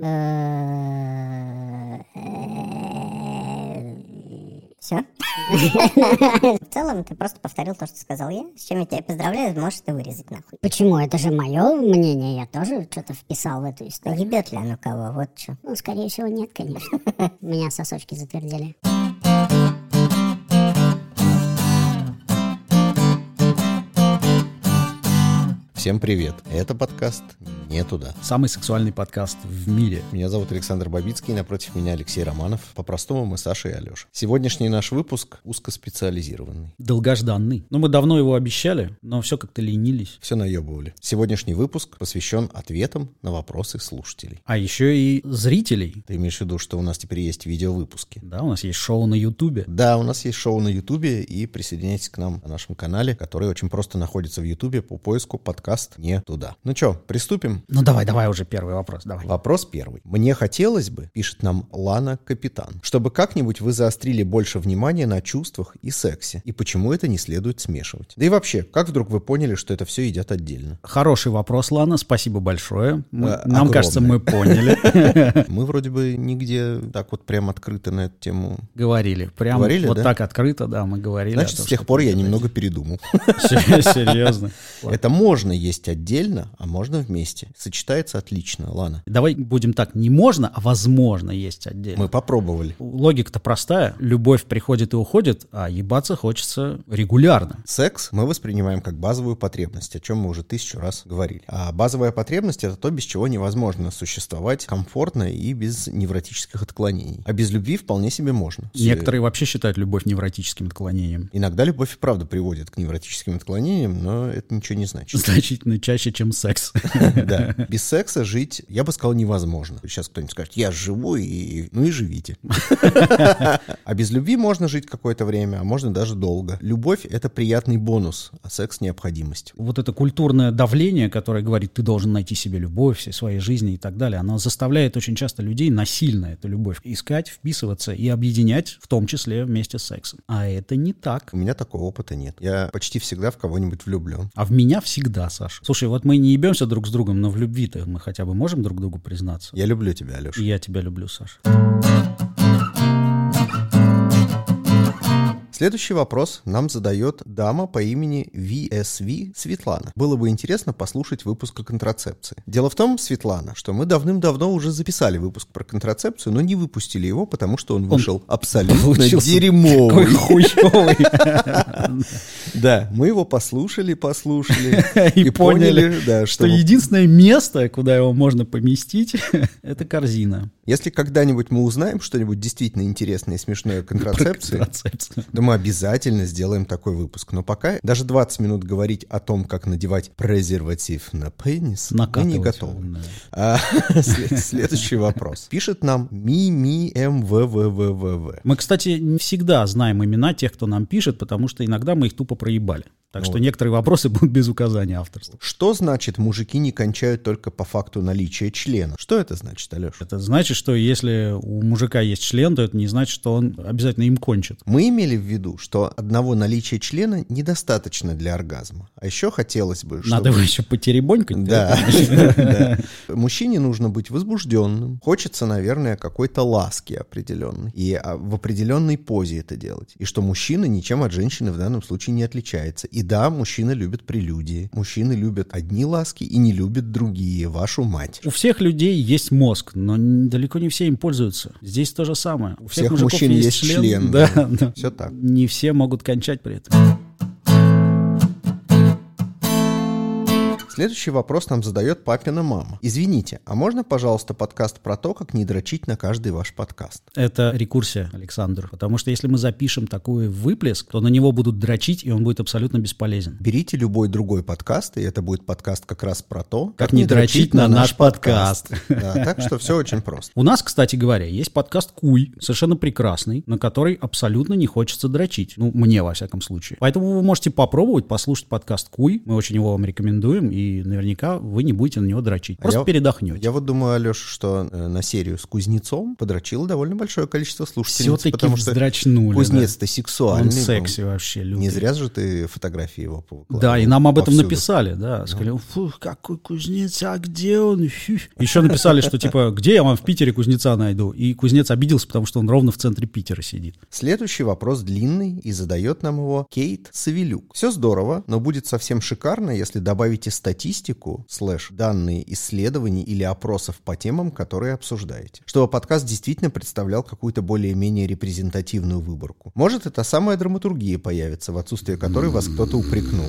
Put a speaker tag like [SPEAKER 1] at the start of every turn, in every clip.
[SPEAKER 1] Э, Все. В целом, ты просто повторил то, что сказал я, с чем я тебя поздравляю, можешь ты вырезать нахуй.
[SPEAKER 2] Почему? Это же мое мнение, я тоже что-то вписал в эту историю.
[SPEAKER 1] Ебет ли оно кого, вот что.
[SPEAKER 2] Ну, скорее всего, нет, конечно. Меня сосочки затвердили.
[SPEAKER 3] Всем привет! Это подкаст «Не туда».
[SPEAKER 4] Самый сексуальный подкаст в мире.
[SPEAKER 3] Меня зовут Александр Бабицкий, напротив меня Алексей Романов. По-простому мы Саша и Алеша. Сегодняшний наш выпуск узкоспециализированный.
[SPEAKER 4] Долгожданный. Ну, мы давно его обещали, но все как-то ленились.
[SPEAKER 3] Все наебывали. Сегодняшний выпуск посвящен ответам на вопросы слушателей.
[SPEAKER 4] А еще и зрителей.
[SPEAKER 3] Ты имеешь в виду, что у нас теперь есть видеовыпуски?
[SPEAKER 4] Да, у нас есть шоу на Ютубе.
[SPEAKER 3] Да, у нас есть шоу на Ютубе, и присоединяйтесь к нам на нашем канале, который очень просто находится в Ютубе по поиску подкаст «Не туда». Ну что, приступим?
[SPEAKER 4] Ну, давай, давай уже первый вопрос, давай.
[SPEAKER 3] Вопрос первый. Мне хотелось бы, пишет нам Лана Капитан, чтобы как-нибудь вы заострили больше внимания на чувствах и сексе, и почему это не следует смешивать. Да и вообще, как вдруг вы поняли, что это все едят отдельно?
[SPEAKER 4] Хороший вопрос, Лана, спасибо большое. Мы-
[SPEAKER 3] Э,
[SPEAKER 4] нам
[SPEAKER 3] огромное.
[SPEAKER 4] кажется, мы поняли.
[SPEAKER 3] Мы вроде бы нигде так вот прям открыто на эту тему.
[SPEAKER 4] Говорили. Прям
[SPEAKER 3] Говорили,
[SPEAKER 4] вот
[SPEAKER 3] да?
[SPEAKER 4] так открыто, да, мы говорили. о
[SPEAKER 3] Значит,
[SPEAKER 4] том,
[SPEAKER 3] с тех
[SPEAKER 4] что-
[SPEAKER 3] пор я немного передумал.
[SPEAKER 4] Серьезно. Ладно.
[SPEAKER 3] Это можно есть отдельно, а можно вместе. Сочетается отлично, Лана.
[SPEAKER 4] Давай будем так, не можно, а возможно есть отдельно.
[SPEAKER 3] Мы попробовали.
[SPEAKER 4] Логика-то простая. Любовь приходит и уходит, а ебаться хочется регулярно.
[SPEAKER 3] Секс мы воспринимаем как базовую потребность, о чем мы уже тысячу раз говорили. А базовая потребность это то, без чего невозможно существовать комфортно и без невротических отклонений. А без любви вполне себе можно. С-
[SPEAKER 4] Некоторые вообще считают любовь невротическим отклонением.
[SPEAKER 3] Иногда любовь и правда приводит к невротическим отклонениям, но это ничего не значит.
[SPEAKER 4] Значительно чаще, чем секс.
[SPEAKER 3] Да. Без секса жить, я бы сказал, невозможно. Сейчас кто-нибудь скажет, я живу, и... ну и живите. А без любви можно жить какое-то время, а можно даже долго. Любовь — это приятный бонус, а секс — необходимость.
[SPEAKER 4] Вот это культурное давление, которое говорит, ты должен найти себе любовь всей своей жизни и так далее, оно заставляет очень часто людей насильно эту любовь искать, вписываться и объединять, в том числе вместе с сексом. А это не так.
[SPEAKER 3] У меня такого опыта нет. Я почти всегда в кого-нибудь влюблен.
[SPEAKER 4] А в меня всегда, Саша. Слушай, вот мы не ебемся друг с другом, но в любви-то мы хотя бы можем друг другу признаться.
[SPEAKER 3] Я люблю тебя, Алеша.
[SPEAKER 4] И Я тебя люблю, Саша.
[SPEAKER 3] Следующий вопрос нам задает дама по имени VSV Светлана. Было бы интересно послушать выпуск о контрацепции. Дело в том, Светлана, что мы давным-давно уже записали выпуск про контрацепцию, но не выпустили его, потому что он вышел абсолютно
[SPEAKER 4] получился
[SPEAKER 3] дерьмовый.
[SPEAKER 4] Какой хуёвый.
[SPEAKER 3] Да, мы его послушали, послушали
[SPEAKER 4] И поняли,
[SPEAKER 3] да,
[SPEAKER 4] Что единственное место, куда его можно поместить, это корзина.
[SPEAKER 3] если когда-нибудь мы узнаем что-нибудь действительно интересное и смешное о контрацепции,
[SPEAKER 4] Контрацепция.
[SPEAKER 3] Да мы обязательно сделаем такой выпуск. Но пока даже 20 минут говорить о том, как надевать презерватив на пенис, мы не
[SPEAKER 4] Накатывать.
[SPEAKER 3] готовы.
[SPEAKER 4] Да.
[SPEAKER 3] А, след- следующий вопрос. Пишет нам Мими МВВВВВ.
[SPEAKER 4] Мы, кстати, не всегда знаем имена тех, кто нам пишет, потому что иногда мы их тупо проебали. Так
[SPEAKER 3] Ну
[SPEAKER 4] что
[SPEAKER 3] вот.
[SPEAKER 4] некоторые вопросы будут без указания авторства.
[SPEAKER 3] Что значит мужики не кончают только по факту наличия члена? Что это значит, Алеша?
[SPEAKER 4] Это значит, что если у мужика есть член, то это не значит, что он обязательно им кончит.
[SPEAKER 3] Мы имели в виду, что одного наличия члена недостаточно для оргазма. А еще хотелось бы, чтобы...
[SPEAKER 4] Надо его еще потеребонькать.
[SPEAKER 3] Да. Да. Мужчине нужно быть возбужденным. Хочется, наверное, какой-то ласки определенной. И а, в определенной позе это делать. И что мужчина ничем от женщины в данном случае не отличается. И да, мужчина любит прелюдии. Мужчины любят одни ласки и не любят другие. Вашу мать.
[SPEAKER 4] У всех людей есть мозг, но н- далеко не все им пользуются. Здесь то же самое. У
[SPEAKER 3] всех
[SPEAKER 4] мужиков
[SPEAKER 3] мужчин есть член,
[SPEAKER 4] Да,
[SPEAKER 3] да.
[SPEAKER 4] да.
[SPEAKER 3] Все так.
[SPEAKER 4] Не все могут кончать при этом.
[SPEAKER 3] Следующий вопрос нам задает папина мама. Извините, а можно, пожалуйста, подкаст про то, как не дрочить на каждый ваш подкаст?
[SPEAKER 4] Это рекурсия, Александр. Потому что если мы запишем такой выплеск, то на него будут дрочить, и он будет абсолютно бесполезен.
[SPEAKER 3] Берите любой другой подкаст, и это будет подкаст как раз про то,
[SPEAKER 4] Как не дрочить на наш подкаст.
[SPEAKER 3] Да, так что все очень просто.
[SPEAKER 4] У нас, кстати говоря, есть подкаст «Куй», совершенно прекрасный, на который абсолютно не хочется дрочить. Ну, мне, во всяком случае. Поэтому вы можете попробовать послушать подкаст «Куй». Мы очень его вам рекомендуем, и и наверняка вы не будете на него дрочить. Просто
[SPEAKER 3] А Я-
[SPEAKER 4] передохнете.
[SPEAKER 3] Я вот думаю, Алеша, что э, на серию с Кузнецом подрочило довольно большое количество слушателей.
[SPEAKER 4] Все-таки
[SPEAKER 3] Потому что
[SPEAKER 4] вздрачнули.
[SPEAKER 3] Кузнец-то
[SPEAKER 4] да.
[SPEAKER 3] сексуальный.
[SPEAKER 4] Он
[SPEAKER 3] был.
[SPEAKER 4] секси вообще любит.
[SPEAKER 3] Не зря же ты фотографии его повыкладывал
[SPEAKER 4] Да, и нам об этом
[SPEAKER 3] повсюду.
[SPEAKER 4] написали, да. Сказали, фу, какой кузнец, а где он? Еще написали, что типа, где я вам в Питере кузнеца найду? И кузнец обиделся, потому что он ровно в центре Питера сидит.
[SPEAKER 3] Следующий вопрос длинный и задает нам его Кейт Савелюк. Все здорово, но будет совсем шикарно, если добавите статистику, слэш, данные исследований или опросов по темам, которые обсуждаете. Чтобы подкаст действительно представлял какую-то более-менее репрезентативную выборку. Может, это самая драматургия появится, в отсутствие которой вас кто-то упрекнул.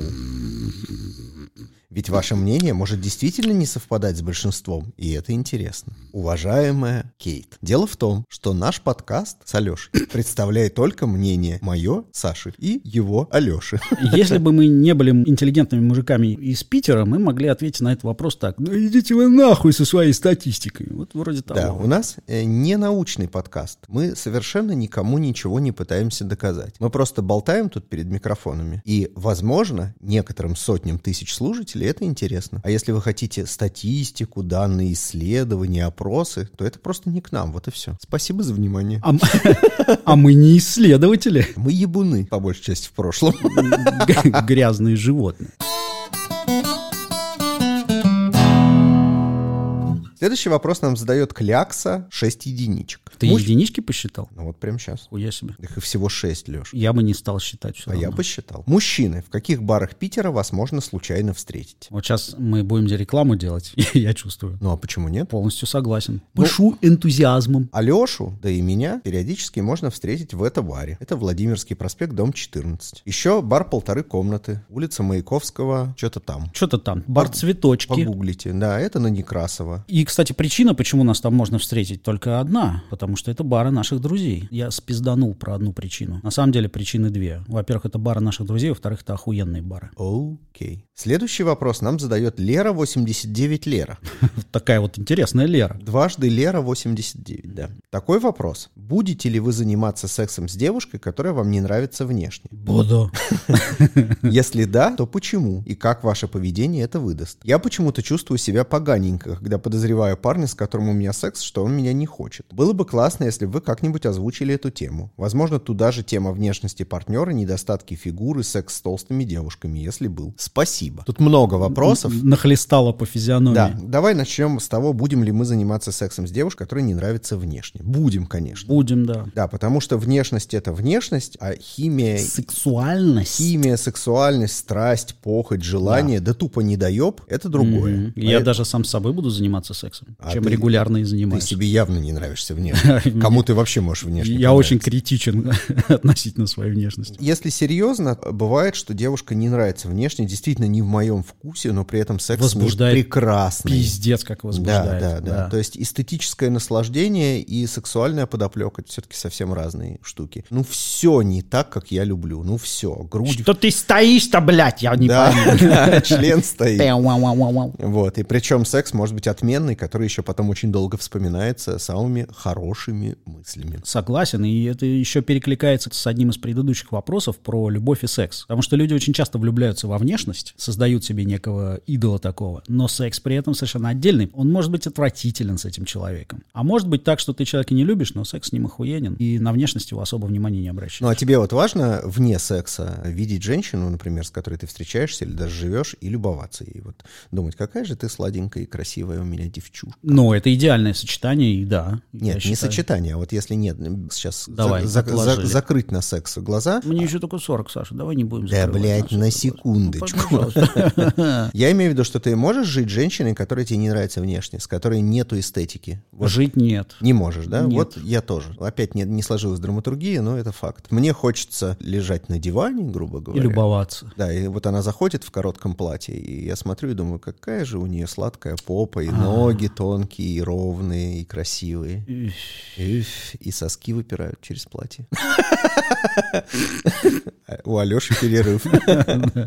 [SPEAKER 3] Ведь ваше мнение может действительно не совпадать с большинством, и это интересно. Уважаемая Кейт, дело в том, что наш подкаст с Алешей представляет только мнение мое, Саши, и его Алеши.
[SPEAKER 4] Если бы мы не были интеллигентными мужиками из Питера, мы могли ответить на этот вопрос так. Ну идите вы нахуй со своей статистикой. Вот вроде того.
[SPEAKER 3] Да, у нас э, не научный подкаст. Мы совершенно никому ничего не пытаемся доказать. Мы просто болтаем тут перед микрофонами. И, возможно, некоторым сотням тысяч слушателей это интересно. А если вы хотите статистику, данные исследования, опросы, то это просто не к нам. Вот и все. Спасибо за внимание.
[SPEAKER 4] А, м- а мы не исследователи.
[SPEAKER 3] Мы ебуны, по большей части, в прошлом.
[SPEAKER 4] Г- Грязные животные.
[SPEAKER 3] Следующий вопрос нам задает Клякса 6 единичек.
[SPEAKER 4] Ты
[SPEAKER 3] Муж-
[SPEAKER 4] единички посчитал?
[SPEAKER 3] Ну вот прям сейчас.
[SPEAKER 4] Хуя себе.
[SPEAKER 3] Их и всего 6, Леш.
[SPEAKER 4] Я бы не стал считать все
[SPEAKER 3] А я посчитал. Мужчины, в каких барах Питера вас можно случайно встретить?
[SPEAKER 4] Вот сейчас мы будем здесь рекламу делать, я чувствую.
[SPEAKER 3] Ну а почему нет?
[SPEAKER 4] Полностью согласен. Пышу энтузиазмом.
[SPEAKER 3] Алешу, да и меня, периодически можно встретить в этом баре. Это Владимирский проспект, дом 14. Еще бар полторы комнаты, улица Маяковского, что-то там.
[SPEAKER 4] Что-то там, бар цветочки.
[SPEAKER 3] Погуглите. Да, это на Некрасова.
[SPEAKER 4] И, кстати, причина, почему нас там можно встретить, только одна. Потому что это бары наших друзей. Я спизданул про одну причину. На самом деле причины две. Во-первых, это бары наших друзей, во-вторых, это охуенные бары.
[SPEAKER 3] Окей. Следующий вопрос нам задает Лера 89 Лера.
[SPEAKER 4] Вот такая вот интересная Лера.
[SPEAKER 3] Дважды Лера 89, да. Такой вопрос. Будете ли вы заниматься сексом с девушкой, которая вам не нравится внешне?
[SPEAKER 4] Буду.
[SPEAKER 3] Если да, то почему? И как ваше поведение это выдаст? Я почему-то чувствую себя поганенько, когда подозреваю парня, с которым у меня секс, что он меня не хочет. Было бы классно, если бы вы как-нибудь озвучили эту тему. Возможно, туда же тема внешности партнера, недостатки фигуры, секс с толстыми девушками, если был. Спасибо. Тут много вопросов.
[SPEAKER 4] Нахлестала по физиономии.
[SPEAKER 3] Да, давай начнем с того, будем ли мы заниматься сексом с девушкой, которая не нравится внешне. Будем, конечно.
[SPEAKER 4] Будем, да.
[SPEAKER 3] Да, потому что внешность это внешность, а химия,
[SPEAKER 4] Сексуальность.
[SPEAKER 3] химия, сексуальность, страсть, похоть, желание, да, тупо недоеб, это другое.
[SPEAKER 4] Мгм. Я
[SPEAKER 3] Поэт-
[SPEAKER 4] даже сам с собой буду заниматься сексом,
[SPEAKER 3] А
[SPEAKER 4] чем
[SPEAKER 3] ты-
[SPEAKER 4] регулярно и
[SPEAKER 3] Ты
[SPEAKER 4] занимаюсь.
[SPEAKER 3] себе явно не нравишься внешне. Кому ты вообще можешь внешне
[SPEAKER 4] Я очень
[SPEAKER 3] понравиться?
[SPEAKER 4] критичен относительно своей внешности.
[SPEAKER 3] Если серьезно, бывает, что девушка не нравится внешне, действительно не в моем вкусе, но при этом секс с ней
[SPEAKER 4] Возбуждает
[SPEAKER 3] прекрасный.
[SPEAKER 4] Пиздец, как возбуждает.
[SPEAKER 3] Да, да, да, То есть эстетическое наслаждение и сексуальная подоплека это все-таки совсем разные штуки. Ну, все не так, как я люблю. Ну, все. Грудь.
[SPEAKER 4] Что ты стоишь-то, блядь, я не
[SPEAKER 3] Да,
[SPEAKER 4] понимаю.
[SPEAKER 3] да, член стоит.
[SPEAKER 4] Пэ-уау-уау-уау.
[SPEAKER 3] Вот, и причем секс может быть отменный, который еще потом очень долго вспоминается самыми хорошими мыслями.
[SPEAKER 4] Согласен, и это еще перекликается с одним из предыдущих вопросов про любовь и секс. Потому что люди очень часто влюбляются во внешность, создают себе некого идола такого, но секс при этом совершенно отдельный. Он может быть отвратителен с этим человеком. А может быть так, что ты человека не любишь, но секс с ним охуенен, и на внешность его особо внимания не обращаешь.
[SPEAKER 3] Ну, а тебе вот важно вне секса видеть женщину, например, с которой ты встречаешься или даже живешь, и любоваться ей. Вот думать, какая же ты сладенькая и красивая у меня девчушка.
[SPEAKER 4] Ну, это идеальное сочетание, и да. я
[SPEAKER 3] Нет, не
[SPEAKER 4] считаю.
[SPEAKER 3] сочетание. А вот если нет, м, сейчас за-
[SPEAKER 4] Давай,
[SPEAKER 3] за- за-
[SPEAKER 4] отложили.
[SPEAKER 3] закрыть на секс глаза.
[SPEAKER 4] Мне еще только 40, Саша, давай не будем
[SPEAKER 3] Да,
[SPEAKER 4] закрывать
[SPEAKER 3] блядь,
[SPEAKER 4] наши
[SPEAKER 3] на
[SPEAKER 4] вопросы.
[SPEAKER 3] секундочку.
[SPEAKER 4] Ну, пожалуйста.
[SPEAKER 3] Я имею в виду, что ты можешь жить с женщиной, которая тебе не нравится внешне, с которой нету эстетики. Вот
[SPEAKER 4] Жить нет.
[SPEAKER 3] Не можешь, да?
[SPEAKER 4] Нет.
[SPEAKER 3] Вот я тоже. Опять не, не сложилась драматургия, но это факт. Мне хочется лежать на диване, грубо
[SPEAKER 4] И
[SPEAKER 3] говоря.
[SPEAKER 4] любоваться.
[SPEAKER 3] Да,
[SPEAKER 4] А.
[SPEAKER 3] и вот она заходит в коротком платье, и я смотрю и думаю, какая же у нее сладкая попа и ноги. ноги тонкие, и ровные, и красивые. Эх, И соски выпирают через платье. У Алеши перерыв.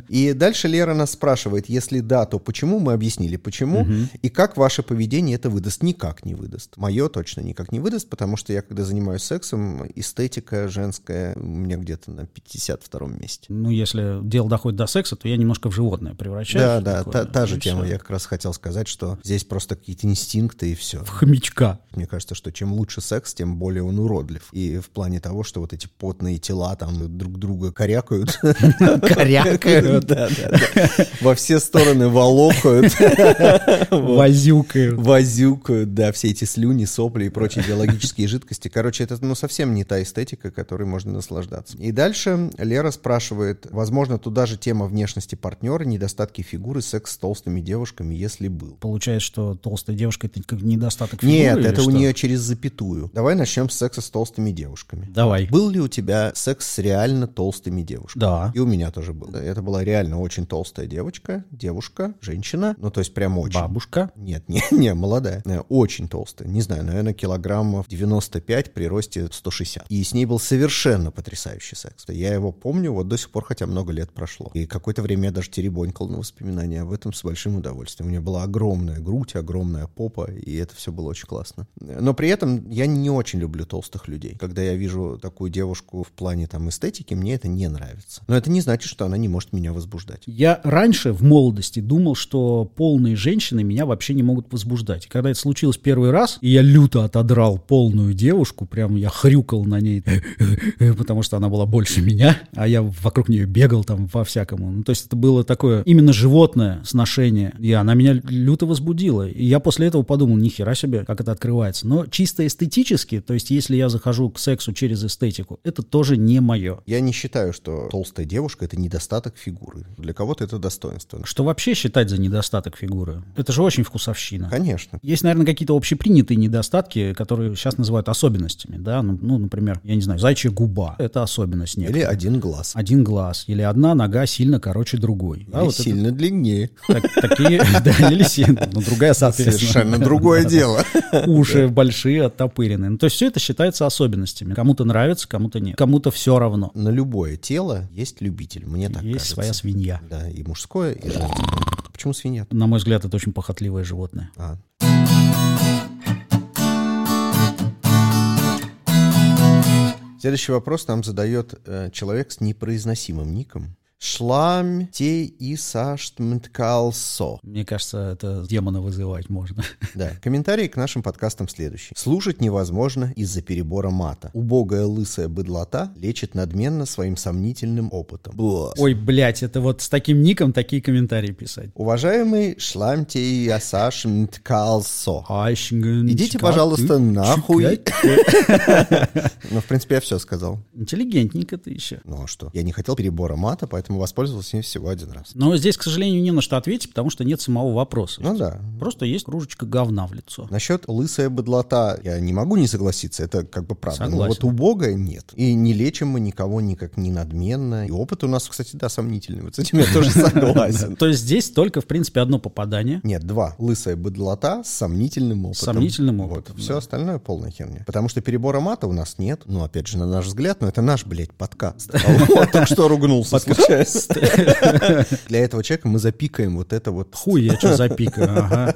[SPEAKER 3] И дальше Лера нас спрашивает, если да, то почему мы объяснили, почему, и как ваше поведение это выдаст? Никак не выдаст. Мое точно никак не выдаст, потому что я, когда занимаюсь сексом, эстетика женская у меня где-то на 52-м месте.
[SPEAKER 4] Ну, если дело доходит до секса, то я немножко в животное
[SPEAKER 3] Да,
[SPEAKER 4] превращаюсь.
[SPEAKER 3] да,
[SPEAKER 4] Такое, Ну
[SPEAKER 3] та, та же
[SPEAKER 4] и
[SPEAKER 3] тема.
[SPEAKER 4] всё.
[SPEAKER 3] Я как раз хотел сказать, что здесь просто какие-то инстинкты и все.
[SPEAKER 4] В хомячка.
[SPEAKER 3] Мне кажется, что чем лучше секс, тем более он уродлив. И в плане того, что вот эти потные тела там друг друга корякают.
[SPEAKER 4] Корякают.
[SPEAKER 3] Да, да, да. Во все стороны волокают,
[SPEAKER 4] Возюкают.
[SPEAKER 3] возюкают, да, все эти слюни, сопли и прочие биологические жидкости. Короче, это ну, совсем не та эстетика, которой можно наслаждаться. И дальше Лера спрашивает, возможно, туда же тема внешности партнера, недостатки фигуры, секс с толстыми девушками, если был.
[SPEAKER 4] Получается, что толстая девушка это как недостаток фигуры
[SPEAKER 3] Нет,
[SPEAKER 4] или
[SPEAKER 3] это у
[SPEAKER 4] что?
[SPEAKER 3] нее через запятую. Давай начнем с секса с толстыми девушками.
[SPEAKER 4] Давай.
[SPEAKER 3] Был ли у тебя секс с реально толстыми девушками?
[SPEAKER 4] Да.
[SPEAKER 3] И у меня тоже был. Это была реально очень толстая девочка, девушка, женщина. Ну, то есть прям очень.
[SPEAKER 4] Бабушка.
[SPEAKER 3] Нет, не, не, молодая. Э, Очень толстая. Не знаю, наверное, килограммов 95 при росте 160. И с ней был совершенно потрясающий секс. Я его помню вот до сих пор, хотя много лет прошло. И какое-то время я даже теребонькал на воспоминания об этом с большим удовольствием. У меня была огромная грудь, огромная попа, и это все было очень классно. Но при этом я не очень люблю толстых людей. Когда я вижу такую девушку в плане там эстетики, мне это не нравится. Но это не значит, что она не может меня возбуждать.
[SPEAKER 4] Я раньше в молодости думал, что полные женщины меня вообще не могут возбуждать. И когда это случилось первый раз, и я люто отодрал полную девушку, прям я хрюкал на ней, потому что она была больше меня, а я вокруг нее бегал там по-всякому. Ну, то есть это было такое именно животное сношение, и она меня люто возбудила. И я после этого подумал, нихера себе, как это открывается. Но чисто эстетически, то есть если я захожу к сексу через эстетику, это тоже не мое.
[SPEAKER 3] Я не считаю, что толстая девушка это недостаток фигуры. Для кого-то это достоинство.
[SPEAKER 4] Что вообще считать за недостаток фигуры? Это же очень вкусовщина.
[SPEAKER 3] Конечно.
[SPEAKER 4] Есть, наверное, какие-то общепринятые недостатки, которые сейчас называют особенностями, да, ну, ну, например, я не знаю, зайчья губа – это особенность
[SPEAKER 3] Или
[SPEAKER 4] некоторая.
[SPEAKER 3] один глаз.
[SPEAKER 4] один глаз или одна нога сильно короче другой. Да,
[SPEAKER 3] Или
[SPEAKER 4] А, вот это
[SPEAKER 3] сильно длиннее.
[SPEAKER 4] так- такие, да, или сильно, ну, другая, соответственно.
[SPEAKER 3] Совершенно другое
[SPEAKER 4] Да, да.
[SPEAKER 3] дело.
[SPEAKER 4] Уши большие, оттопырены. Ну, то есть все это считается особенностями. Кому-то нравится, кому-то нет. Кому-то все равно.
[SPEAKER 3] На любое тело есть любитель, мне так
[SPEAKER 4] Есть
[SPEAKER 3] кажется.
[SPEAKER 4] своя свинья.
[SPEAKER 3] Да, и мужское, и женское. Почему свинья?
[SPEAKER 4] На мой взгляд, это очень похотливое животное.
[SPEAKER 3] А. Следующий вопрос нам задает э, человек с непроизносимым ником. Шлам те и саштмткалсо.
[SPEAKER 4] Мне кажется, это демона вызывать можно.
[SPEAKER 3] Да. Комментарии к нашим подкастам следующие. Слушать невозможно из-за перебора мата. Убогая лысая быдлота лечит надменно своим сомнительным опытом. Бла.
[SPEAKER 4] Ой, блядь, это вот с таким ником такие комментарии писать.
[SPEAKER 3] Уважаемый Шламтей Асаш Мкалсо. Идите,
[SPEAKER 4] Идите,
[SPEAKER 3] пожалуйста, нахуй. Ну, в принципе, я все сказал.
[SPEAKER 4] Интеллигентненько ты еще.
[SPEAKER 3] Ну а что? Я не хотел перебора мата, поэтому воспользовался им всего один раз.
[SPEAKER 4] Но здесь, к сожалению, не на что ответить, потому что нет самого вопроса.
[SPEAKER 3] Ну да.
[SPEAKER 4] Просто есть кружечка говна в лицо.
[SPEAKER 3] Насчет лысая быдлота, я не могу не согласиться, это как бы правда. Ну,
[SPEAKER 4] Согласен.
[SPEAKER 3] вот убогая нет. И не лечим мы никого никак не надменно. И опыт у нас, кстати, да, сомнительный. Вот с этим я тоже согласен.
[SPEAKER 4] То есть здесь только, в принципе, одно попадание.
[SPEAKER 3] Нет, два. Лысая быдлота с сомнительным опытом.
[SPEAKER 4] С сомнительным
[SPEAKER 3] Вот.
[SPEAKER 4] опытом,
[SPEAKER 3] Все
[SPEAKER 4] да.
[SPEAKER 3] остальное полная херня. Потому что перебора мата у нас нет. Ну, опять же, на наш взгляд, но это наш, блядь, подкаст. Вот так что ругнулся случайно. Для этого человека мы запикаем вот это вот.
[SPEAKER 4] Хуй, я что запикаю, ага.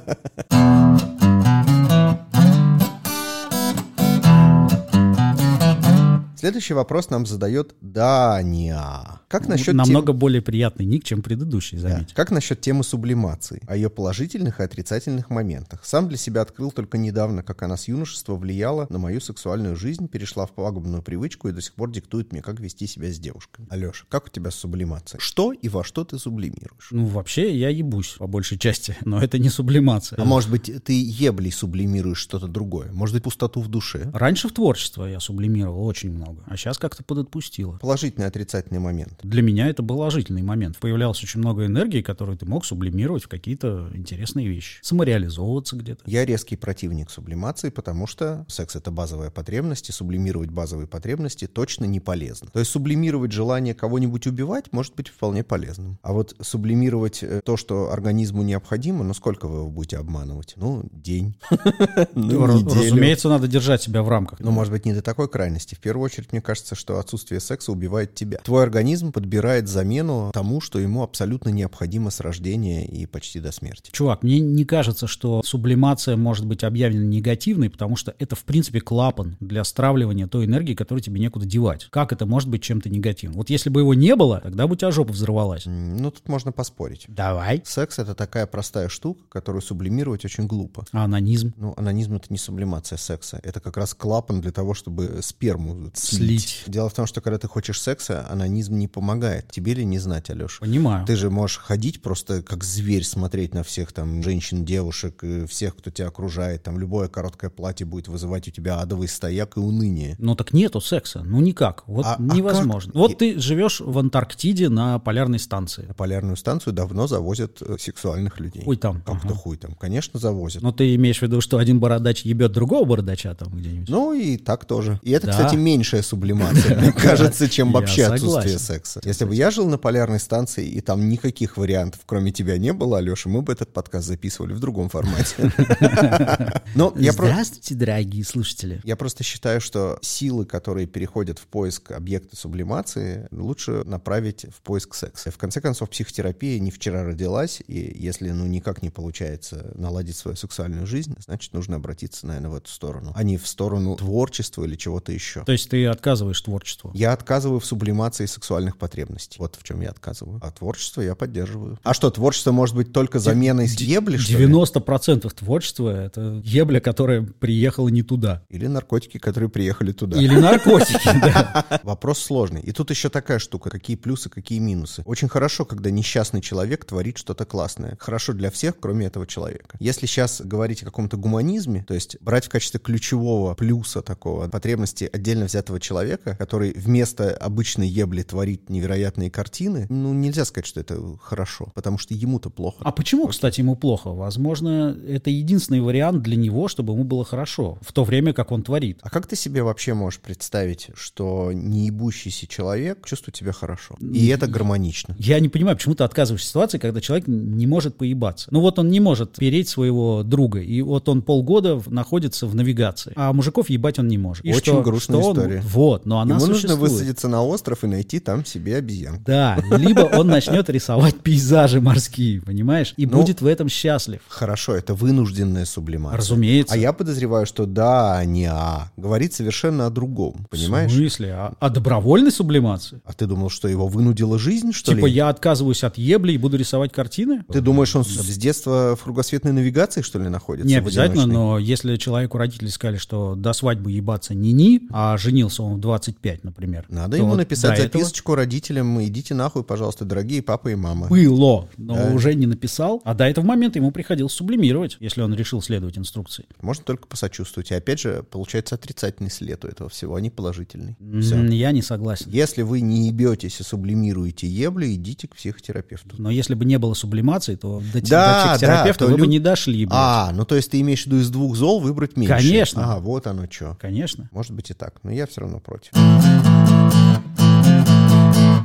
[SPEAKER 3] Следующий вопрос нам задает Дания. Как насчет тем-
[SPEAKER 4] Ну, Намного более приятный ник, чем предыдущий,
[SPEAKER 3] Да.
[SPEAKER 4] заметь.
[SPEAKER 3] Как насчет темы сублимации, о ее положительных и отрицательных моментах? Сам для себя открыл только недавно, как она с юношества влияла на мою сексуальную жизнь, перешла в пагубную привычку и до сих пор диктует мне, как вести себя с девушками. Алеша, как у тебя с сублимацией? Что и во что ты сублимируешь?
[SPEAKER 4] Ну, вообще, я ебусь, по большей части, но это не сублимация.
[SPEAKER 3] А может быть, ты еблей сублимируешь что-то другое? Может быть, пустоту в душе?
[SPEAKER 4] Раньше в творчество я сублимировал очень много. много. А сейчас как-то подотпустило.
[SPEAKER 3] Положительный и отрицательный момент.
[SPEAKER 4] Для меня это был положительный момент. Появлялось очень много энергии, которую ты мог сублимировать в какие-то интересные вещи. Самореализовываться где-то.
[SPEAKER 3] Я резкий противник сублимации, потому что секс — это базовая потребность, и сублимировать базовые потребности точно не полезно. То есть сублимировать желание кого-нибудь убивать может быть вполне полезным. А вот сублимировать э, то, что организму необходимо, ну сколько вы его будете обманывать? Ну, день. Ну,
[SPEAKER 4] Раз-
[SPEAKER 3] неделю.
[SPEAKER 4] Разумеется, надо держать себя в рамках.
[SPEAKER 3] Ну, может быть, не до такой крайности. В первую очередь, мне кажется, что отсутствие секса убивает тебя. Твой организм подбирает замену тому, что ему абсолютно необходимо с рождения и почти до смерти.
[SPEAKER 4] Чувак, мне не кажется, что сублимация может быть объявлена негативной, потому что это, в принципе, клапан для стравливания той энергии, которую тебе некуда девать. Как это может быть чем-то негативным? Вот если бы его не было, тогда бы у тебя жопа взорвалась.
[SPEAKER 3] М, Ну, тут можно поспорить.
[SPEAKER 4] Давай.
[SPEAKER 3] Секс — это такая простая штука, которую сублимировать очень глупо.
[SPEAKER 4] А Анонизм.
[SPEAKER 3] Ну, анонизм — это не сублимация секса. Это как раз клапан для того, чтобы сперму слить.
[SPEAKER 4] Слить.
[SPEAKER 3] Дело в том, что когда ты хочешь секса, анонизм не помогает. Тебе ли не знать, Алеша?
[SPEAKER 4] Понимаю.
[SPEAKER 3] Ты же можешь ходить просто как зверь, смотреть на всех там женщин, девушек, э, всех, кто тебя окружает. Там любое короткое платье будет вызывать у тебя адовый стояк и уныние.
[SPEAKER 4] Ну так нету секса, ну никак, вот
[SPEAKER 3] А- а
[SPEAKER 4] невозможно.
[SPEAKER 3] как?
[SPEAKER 4] вот ты живешь в Антарктиде на полярной станции.
[SPEAKER 3] На полярную станцию давно завозят э, сексуальных людей.
[SPEAKER 4] Хуй там.
[SPEAKER 3] Как то
[SPEAKER 4] Ага.
[SPEAKER 3] хуй там? Конечно, завозят.
[SPEAKER 4] Но ты имеешь в виду, что один бородач ебет другого бородача там где-нибудь?
[SPEAKER 3] Ну и так тоже. И это,
[SPEAKER 4] Да.
[SPEAKER 3] кстати, меньшая сублимация, мне кажется, чем
[SPEAKER 4] Я
[SPEAKER 3] вообще отсутствие
[SPEAKER 4] согласен.
[SPEAKER 3] секса. Если бы я жил на полярной станции, и там никаких вариантов, кроме тебя, не было, Алеша, мы бы этот подкаст записывали в другом формате. Но я просто...
[SPEAKER 4] Здравствуйте, дорогие слушатели.
[SPEAKER 3] Я просто считаю, что силы, которые переходят в поиск объекта сублимации, лучше направить в поиск секса. В конце концов, психотерапия не вчера родилась, и если ну никак не получается наладить свою сексуальную жизнь, значит, нужно обратиться, наверное, в эту сторону, а не в сторону творчества или чего-то еще.
[SPEAKER 4] То есть ты отказываешь творчеству?
[SPEAKER 3] Я отказываю в сублимации сексуальных потребностей. Вот в чем я отказываю. А творчество я поддерживаю. А что, творчество может быть только заменой с ебли, что ли?
[SPEAKER 4] 90% творчества — это ебля, которая приехала не туда.
[SPEAKER 3] Или наркотики, которые приехали туда.
[SPEAKER 4] Или наркотики, да.
[SPEAKER 3] Вопрос сложный. И тут еще такая штука, какие плюсы, какие минусы. Очень хорошо, когда несчастный человек творит что-то классное. Хорошо для всех, кроме этого человека. Если сейчас говорить о каком-то гуманизме, то есть брать в качестве ключевого плюса такого потребности отдельно взятого человека, который вместо обычной ебли творит невероятные картины, ну нельзя сказать, что это хорошо, потому что ему-то плохо.
[SPEAKER 4] А почему, кстати, ему плохо? Возможно, это единственный вариант для него, чтобы ему было хорошо, в то время, как он творит.
[SPEAKER 3] А как ты себе вообще можешь представить, что неебущийся человек чувствует себя хорошо? И это гармонично.
[SPEAKER 4] Я не понимаю, почему ты отказываешься в ситуации, когда человек не может поебаться. Ну вот он не может переть своего друга, и вот он полгода в- находится в навигации, а мужиков ебать он не может. И
[SPEAKER 3] Очень
[SPEAKER 4] что-
[SPEAKER 3] грустная
[SPEAKER 4] что он-
[SPEAKER 3] история.
[SPEAKER 4] вот, но она
[SPEAKER 3] Ему нужно
[SPEAKER 4] существует.
[SPEAKER 3] высадиться на остров и найти там себе обезьян.
[SPEAKER 4] Да, либо он начнет рисовать пейзажи морские, понимаешь, и
[SPEAKER 3] Ну,
[SPEAKER 4] будет в этом счастлив.
[SPEAKER 3] Хорошо, это вынужденная сублимация.
[SPEAKER 4] Разумеется.
[SPEAKER 3] А я подозреваю, что да, не а. Говорит совершенно о другом, понимаешь?
[SPEAKER 4] В смысле? А, а добровольной сублимации?
[SPEAKER 3] А ты думал, что его вынудила жизнь, что
[SPEAKER 4] типа
[SPEAKER 3] ли?
[SPEAKER 4] я отказываюсь от ебли и буду рисовать картины?
[SPEAKER 3] Ты думаешь, он с с детства в кругосветной навигации, что ли, находится?
[SPEAKER 4] Не
[SPEAKER 3] в
[SPEAKER 4] обязательно,
[SPEAKER 3] одиночной?
[SPEAKER 4] но если человеку родители сказали, что до свадьбы ебаться ни-ни, а женился он в 25, например.
[SPEAKER 3] Надо
[SPEAKER 4] то
[SPEAKER 3] ему
[SPEAKER 4] вот
[SPEAKER 3] написать
[SPEAKER 4] до этого
[SPEAKER 3] записочку родителям, идите нахуй, пожалуйста, дорогие папа и мама.
[SPEAKER 4] Было, но
[SPEAKER 3] Да.
[SPEAKER 4] уже не написал. А до этого момента ему приходилось сублимировать, если он решил следовать инструкции.
[SPEAKER 3] Можно только посочувствовать. И опять же, получается отрицательный след у этого всего, а не положительный.
[SPEAKER 4] М,
[SPEAKER 3] Все.
[SPEAKER 4] Я не согласен.
[SPEAKER 3] Если вы не ебетесь и сублимируете ебли, идите к психотерапевту.
[SPEAKER 4] Но если бы не было сублимации, то до, те-
[SPEAKER 3] Да,
[SPEAKER 4] до психотерапевта
[SPEAKER 3] да, то
[SPEAKER 4] вы бы
[SPEAKER 3] лю-
[SPEAKER 4] не дошли бы.
[SPEAKER 3] А, ну то есть ты имеешь в виду из двух зол выбрать меньше?
[SPEAKER 4] Конечно.
[SPEAKER 3] А, вот оно что.
[SPEAKER 4] Конечно.
[SPEAKER 3] Может быть и так, но я все равно против.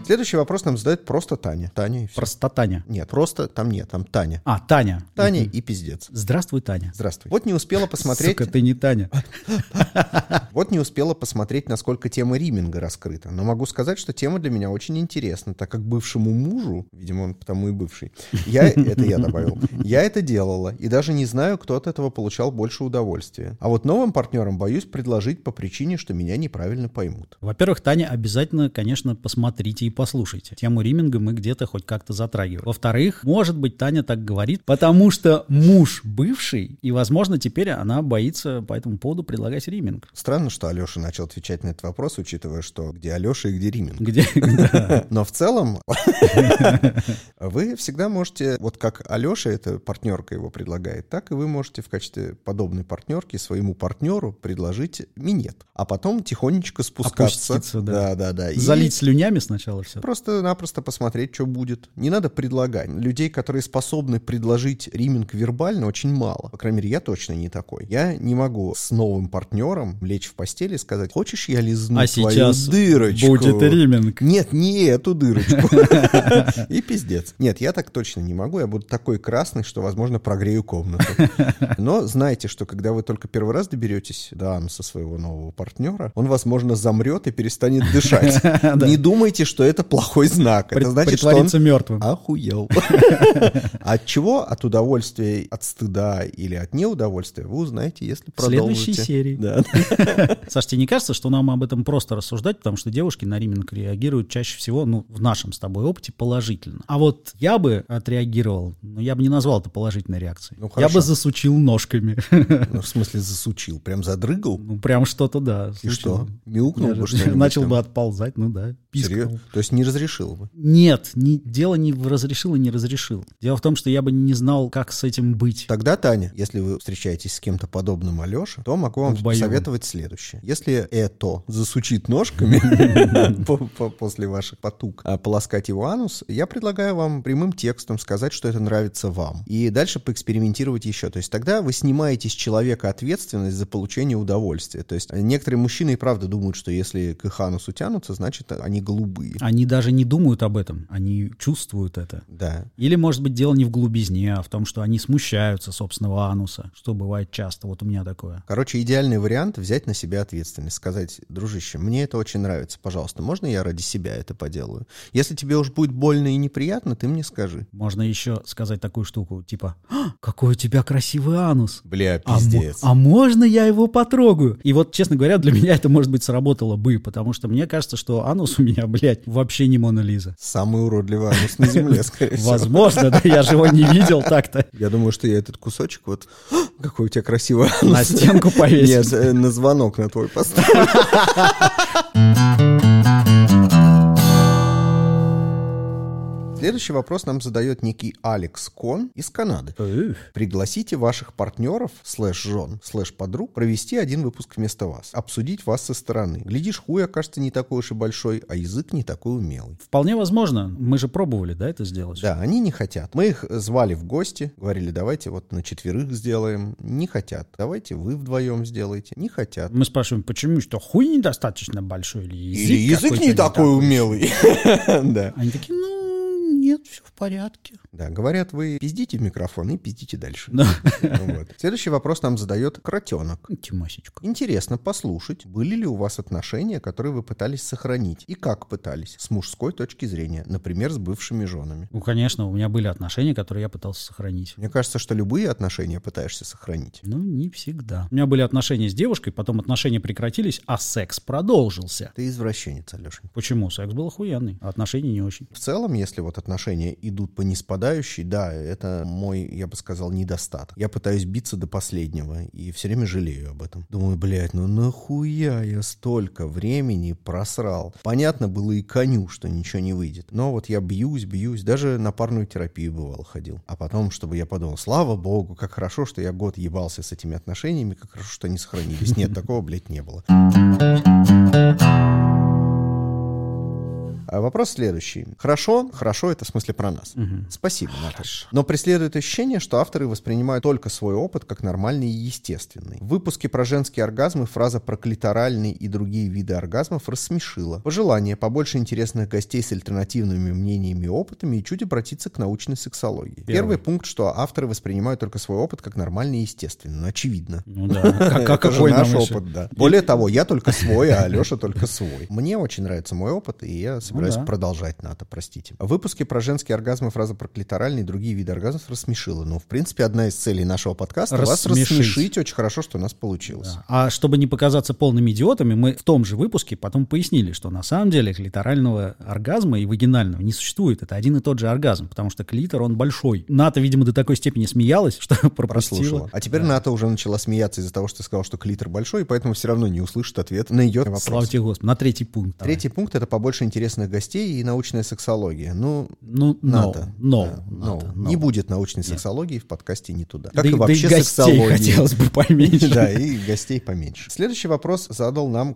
[SPEAKER 3] Следующий вопрос нам задает просто Таня. Таня и все.
[SPEAKER 4] Просто Таня.
[SPEAKER 3] Нет, просто там нет, там Таня.
[SPEAKER 4] А, Таня.
[SPEAKER 3] Таня и пиздец.
[SPEAKER 4] Здравствуй, Таня.
[SPEAKER 3] Здравствуй. Вот не успела посмотреть,
[SPEAKER 4] Сука, ты не Таня.
[SPEAKER 3] вот не успела посмотреть, насколько тема Риминга раскрыта. Но могу сказать, что тема для меня очень интересна, так как бывшему мужу, видимо, он потому и бывший, я это я добавил, я это делала и даже не знаю, кто от этого получал больше удовольствия. А вот новым партнерам боюсь предложить по причине, что меня неправильно поймут.
[SPEAKER 4] Во-первых, Таня, обязательно, конечно, посмотрите и послушайте. Тему риминга мы где-то хоть как-то затрагивали. Во-вторых, может быть, Таня так говорит, потому что муж бывший, и, возможно, теперь она боится по этому поводу предлагать риминг.
[SPEAKER 3] Странно, что Алеша начал отвечать на этот вопрос, учитывая, что где Алеша и где Римин.
[SPEAKER 4] Где? да.
[SPEAKER 3] Но в целом вы всегда можете, вот как Алеша, это партнерка его предлагает, так и вы можете в качестве подобной партнерки своему партнеру предложить минет, а потом тихонечко спускаться.
[SPEAKER 4] Опуститься,
[SPEAKER 3] Да,
[SPEAKER 4] да.
[SPEAKER 3] да, да. И
[SPEAKER 4] Залить слюнями сначала все.
[SPEAKER 3] Просто-напросто посмотреть, что будет. Не надо предлагать. Людей, которые способны предложить риминг вербально, очень мало. По крайней мере, я точно не такой. Я не могу с новым партнером лечь в постели и сказать, хочешь, я лизну
[SPEAKER 4] А
[SPEAKER 3] твою
[SPEAKER 4] сейчас
[SPEAKER 3] дырочку?
[SPEAKER 4] Будет риминг.
[SPEAKER 3] Нет, не эту дырочку. И пиздец. Нет, я так точно не могу. Я буду такой красный, что, возможно, прогрею комнату. Но знайте, что когда вы только первый раз доберетесь до ануса своего нового партнера, он, возможно, замрет и перестанет дышать. Не думайте, что это плохой знак. Это
[SPEAKER 4] Прит-
[SPEAKER 3] значит, что он
[SPEAKER 4] Притвориться мертвым.
[SPEAKER 3] охуел. От чего? От удовольствия, от стыда или от неудовольствия вы узнаете, если
[SPEAKER 4] В следующей
[SPEAKER 3] продолжите.
[SPEAKER 4] серии.
[SPEAKER 3] Да.
[SPEAKER 4] Саш, тебе не кажется, что нам об этом просто рассуждать, потому что девушки на риминг реагируют чаще всего, ну, в нашем с тобой опыте, положительно. А вот я бы отреагировал, но я бы не назвал это положительной реакцией.
[SPEAKER 3] Ну,
[SPEAKER 4] я
[SPEAKER 3] хорошо.
[SPEAKER 4] бы засучил ножками.
[SPEAKER 3] Ну, В смысле, засучил. Прям задрыгал.
[SPEAKER 4] Ну, прям что-то, да.
[SPEAKER 3] И что?
[SPEAKER 4] случилось.
[SPEAKER 3] Мяукнул бы что-нибудь
[SPEAKER 4] Начал
[SPEAKER 3] там?
[SPEAKER 4] бы отползать, ну да, пискнул.
[SPEAKER 3] Серьё- То есть не разрешил бы.
[SPEAKER 4] Нет, не- дело не в разрешил и не разрешил. Дело в том, что я бы не знал, как с этим быть.
[SPEAKER 3] Тогда, Таня, если вы встречаетесь с кем-то подобным Алёше, то могу вам
[SPEAKER 4] В бою.
[SPEAKER 3] посоветовать следующее. Если это засучит ножками по- по- после ваших потуг, а, полоскать его анус, я предлагаю вам прямым текстом сказать, что это нравится вам. И дальше поэкспериментировать еще. То есть тогда вы снимаете с человека ответственность за получение удовольствия. То есть некоторые мужчины и правда думают, что если к их анусу тянутся, значит а, они голубые.
[SPEAKER 4] Они даже не думают об этом, они чувствуют это.
[SPEAKER 3] Да.
[SPEAKER 4] Или, может быть, дело не в глубизне, а в том, что они смущаются собственного ануса, что бывает часто, вот у меня такое.
[SPEAKER 3] Короче, идеальный вариант взять на себя ответственность, сказать, дружище, мне это очень нравится, пожалуйста, можно я ради себя это поделаю? Если тебе уж будет больно и неприятно, ты мне скажи.
[SPEAKER 4] Можно еще сказать такую штуку, типа «А, «Какой у тебя красивый анус!»
[SPEAKER 3] Бля,
[SPEAKER 4] А, мо- а можно я его потрогаю? И вот, честно говоря, для меня это, может быть, сработало бы, потому что мне кажется, что анус у меня, блядь, вообще не Мона Лиза.
[SPEAKER 3] Самый уродливый анус на земле, скорее всего.
[SPEAKER 4] Возможно, да, я же его не видел так-то.
[SPEAKER 3] Я думаю, что я этот кусочек вот... Какой у тебя красивый анус.
[SPEAKER 4] На стенку
[SPEAKER 3] Нет,
[SPEAKER 4] повесил.
[SPEAKER 3] э, на звонок на твой поставил. Следующий вопрос нам задает некий Алекс Кон из Канады. Пригласите ваших партнеров, слэш жен, слэш подруг, провести один выпуск вместо вас. Обсудить вас со стороны. Глядишь, хуй окажется не такой уж и большой, а язык не такой умелый.
[SPEAKER 4] Вполне возможно. Мы же пробовали, да, это сделать?
[SPEAKER 3] Да, они не хотят. Мы их звали в гости, говорили, давайте вот на четверых сделаем. Не хотят. Давайте вы вдвоем сделаете. Не хотят.
[SPEAKER 4] Мы спрашиваем, почему, что хуй недостаточно большой или язык,
[SPEAKER 3] Или язык
[SPEAKER 4] какой-то
[SPEAKER 3] не такой умелый. Да.
[SPEAKER 4] Они такие, ну, нет, все в порядке.
[SPEAKER 3] Да, говорят, вы пиздите в микрофон и пиздите дальше.
[SPEAKER 4] Да.
[SPEAKER 3] Вот. Следующий вопрос нам задает кротенок.
[SPEAKER 4] Тимасечка.
[SPEAKER 3] Интересно послушать, были ли у вас отношения, которые вы пытались сохранить, и как пытались, с мужской точки зрения, например, с бывшими женами.
[SPEAKER 4] Ну, конечно, у меня были отношения, которые я пытался сохранить.
[SPEAKER 3] Мне кажется, что любые отношения пытаешься сохранить.
[SPEAKER 4] Ну, не всегда. У меня были отношения с девушкой, потом отношения прекратились, а секс продолжился.
[SPEAKER 3] Ты извращенец, Алешенька.
[SPEAKER 4] Почему? Секс был охуенный, а отношения не очень.
[SPEAKER 3] В целом, если вот отношения идут по неспадающей, да, это мой, я бы сказал, недостаток. Я пытаюсь биться до последнего и все время жалею об этом. Думаю, блядь, ну нахуя я столько времени просрал? Понятно было и коню, что ничего не выйдет. Но вот я бьюсь, бьюсь, даже на парную терапию бывал ходил. А потом, чтобы я подумал, слава богу, как хорошо, что я год ебался с этими отношениями, как хорошо, что они сохранились. Нет, такого, блядь, не было. А Вопрос следующий. Хорошо, хорошо, это в смысле про нас. Спасибо, Наташа. Но преследует ощущение, что авторы воспринимают только свой опыт как нормальный и естественный. В выпуске про женские оргазмы фраза про клиторальный и другие виды оргазмов рассмешила. Пожелание побольше интересных гостей с альтернативными мнениями и опытами и чуть обратиться к научной сексологии. Первый, пункт, что авторы воспринимают только свой опыт как нормальный и естественный. Ну, Очевидно.
[SPEAKER 4] Ну да, как, как
[SPEAKER 3] Это же
[SPEAKER 4] какой нам
[SPEAKER 3] наш
[SPEAKER 4] еще?
[SPEAKER 3] опыт, да. Более того, я только свой, а Алеша только свой. Мне очень нравится мой опыт, и я
[SPEAKER 4] Ну,
[SPEAKER 3] собираюсь
[SPEAKER 4] да.
[SPEAKER 3] продолжать НАТО, простите. В выпуске про женский оргазм и фраза про клиторальный и другие виды оргазмов рассмешила. Ну, в принципе, одна из целей нашего подкаста вас
[SPEAKER 4] Рассмешить.
[SPEAKER 3] рассмешить. Очень хорошо, что у нас получилось.
[SPEAKER 4] Да. А чтобы не показаться полными идиотами, мы в том же выпуске потом пояснили, что на самом деле клиторального оргазма и вагинального не существует. Это один и тот же оргазм, потому что клитор, он большой. НАТО, видимо, до такой степени смеялась, что пропустила.
[SPEAKER 3] Прослушала. А теперь
[SPEAKER 4] Да.
[SPEAKER 3] НАТО уже начала смеяться из-за того, что ты сказал, что клитор большой, и поэтому все равно не услышит ответ на ее вопрос.
[SPEAKER 4] Слава тебе, Господи. На третий пункт. давай.
[SPEAKER 3] Третий пункт — это побольше интересных гостей и научная сексология. Ну,
[SPEAKER 4] Ну,
[SPEAKER 3] НАТО.
[SPEAKER 4] no, no,
[SPEAKER 3] Да,
[SPEAKER 4] НАТО,
[SPEAKER 3] no.
[SPEAKER 4] no.
[SPEAKER 3] Не будет научной сексологии в подкасте не туда. Как
[SPEAKER 4] да,
[SPEAKER 3] и
[SPEAKER 4] да
[SPEAKER 3] вообще
[SPEAKER 4] гостей
[SPEAKER 3] сексологии.
[SPEAKER 4] хотелось бы поменьше.
[SPEAKER 3] Да, и гостей поменьше. Следующий вопрос задал нам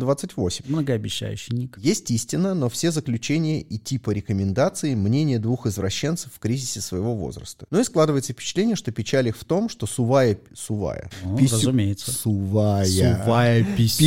[SPEAKER 3] Катюшкин28.
[SPEAKER 4] Многообещающий ник.
[SPEAKER 3] Есть истина, но все заключения и типа рекомендаций – мнение двух извращенцев в кризисе своего возраста. Ну и складывается впечатление, что печаль их в том, что сувая... Сувая.
[SPEAKER 4] Ну,
[SPEAKER 3] Писю-
[SPEAKER 4] разумеется.
[SPEAKER 3] Сувая.
[SPEAKER 4] Сувая писюн.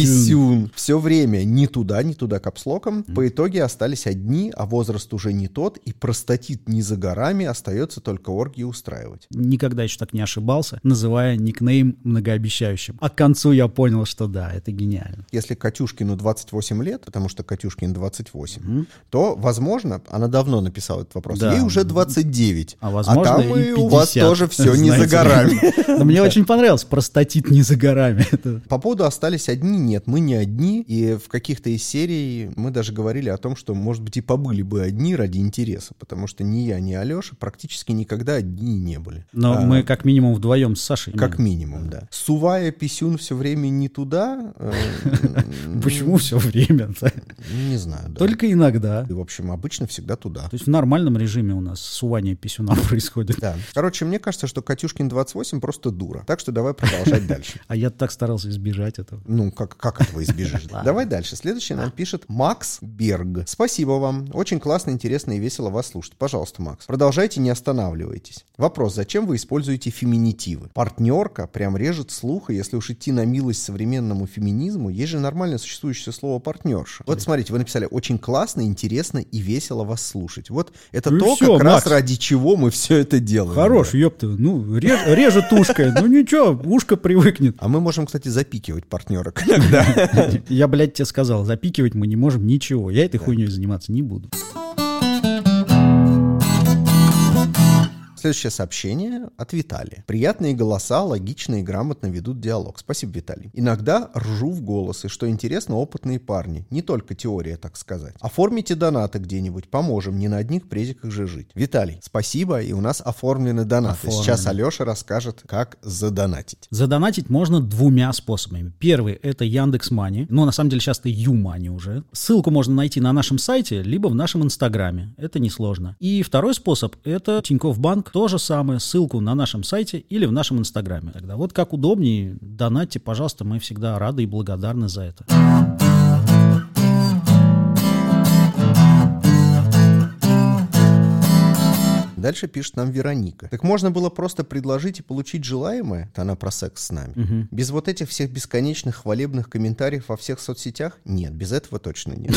[SPEAKER 3] Писюн. Все время ни туда, ни туда капслоком. По итоге остались одни, а возраст уже не тот, и простатит не за горами, остается только оргии устраивать.
[SPEAKER 4] Никогда еще так не ошибался, называя никнейм многообещающим. А к концу я понял, что да, это гениально.
[SPEAKER 3] Если Катюшкину 28 лет, потому что Катюшкин 28,
[SPEAKER 4] Мгм.
[SPEAKER 3] то, возможно, она давно написала этот вопрос,
[SPEAKER 4] Да.
[SPEAKER 3] ей уже 29.
[SPEAKER 4] А возможно,
[SPEAKER 3] там
[SPEAKER 4] и
[SPEAKER 3] и у вас
[SPEAKER 4] 50,
[SPEAKER 3] тоже все не
[SPEAKER 4] знаете
[SPEAKER 3] за
[SPEAKER 4] ли.
[SPEAKER 3] горами.
[SPEAKER 4] Но мне очень понравилось, простатит не за горами. Это
[SPEAKER 3] По поводу остались одни, нет, мы не одни, и в каких-то из серий мы даже говорили о том, что, может быть, и побыли бы одни ради интереса, потому что ни я, ни Алеша практически никогда одни не были.
[SPEAKER 4] Но
[SPEAKER 3] А,
[SPEAKER 4] мы как минимум вдвоем с Сашей. Ну,
[SPEAKER 3] как минимум, да. Сувая писюн все время не туда. э, м,
[SPEAKER 4] Почему все время? да?
[SPEAKER 3] Не знаю. да.
[SPEAKER 4] Только иногда.
[SPEAKER 3] И, в общем, обычно всегда туда.
[SPEAKER 4] То есть в нормальном режиме у нас сувание писюна происходит.
[SPEAKER 3] Да. Короче, мне кажется, что Катюшкин 28 просто дура. Так что давай продолжать дальше.
[SPEAKER 4] А я так старался избежать этого.
[SPEAKER 3] Ну, как, как этого избежишь? Давай дальше. Следующий нам пишет Макс Берг. Спасибо вам. Очень классно, интересно и весело вас слушать. Пожалуйста, Макс. Продолжайте, не останавливайтесь. Вопрос. Зачем вы используете феминитивы? Партнерка прям режет слуха, если уж идти на милость современному феминизму. Есть же нормально существующее слово партнерша. Вот смотрите, вы написали очень классно, интересно и весело вас слушать. Вот это
[SPEAKER 4] Ну и
[SPEAKER 3] то,
[SPEAKER 4] всё,
[SPEAKER 3] как раз
[SPEAKER 4] Макс.
[SPEAKER 3] ради чего мы все это делаем.
[SPEAKER 4] Хорош, ёпта. Ну, реж- режет ушко. Ну ничего, ушко привыкнет.
[SPEAKER 3] А мы можем, кстати, запикивать партнерок иногда.
[SPEAKER 4] Я, блядь, тебе сказал, запикивать мы не можем ничего. Я этой хуйней заниматься не буду.
[SPEAKER 3] Следующее сообщение от Виталия. Приятные голоса логично и грамотно ведут диалог. Спасибо, Виталий. Иногда ржу в голос, и что интересно, опытные парни. Не только теория, так сказать. Оформите донаты где-нибудь, поможем, не на одних презиках же жить. Виталий, спасибо, и у нас оформлены донаты.
[SPEAKER 4] Оформлены.
[SPEAKER 3] Сейчас Алеша расскажет, как задонатить.
[SPEAKER 4] Задонатить можно двумя способами. Первый — это Яндекс Мани, но на самом деле сейчас это Юмани уже. Ссылку можно найти на нашем сайте, либо в нашем Инстаграме. Это несложно. И второй способ — это Тинькофф Банк. То же самое, ссылку на нашем сайте или в нашем Инстаграме. Тогда вот как удобнее, донатьте, пожалуйста, мы всегда рады и благодарны за это.
[SPEAKER 3] Дальше пишет нам Вероника. Так можно было просто предложить и получить желаемое? Это она про секс с нами.
[SPEAKER 4] Мгм.
[SPEAKER 3] Без вот этих всех бесконечных хвалебных комментариев во всех соцсетях? Нет, без этого точно нет.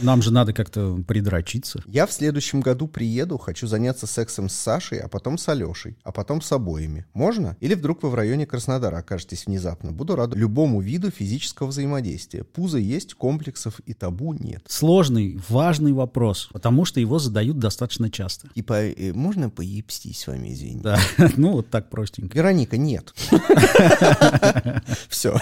[SPEAKER 4] Нам же надо как-то придрочиться.
[SPEAKER 3] Я в следующем году приеду, хочу заняться сексом с Сашей, а потом с Алешей, а потом с обоими. Можно? Или вдруг вы в районе Краснодара окажетесь внезапно. Буду рад любому виду физического взаимодействия. Пузо есть, комплексов и табу нет.
[SPEAKER 4] Сложный, важный вопрос, потому что его задают достаточно часто.
[SPEAKER 3] Типа, э, можно поебстись с вами, извини?
[SPEAKER 4] Да, ну вот так простенько.
[SPEAKER 3] Вероника, нет. Все.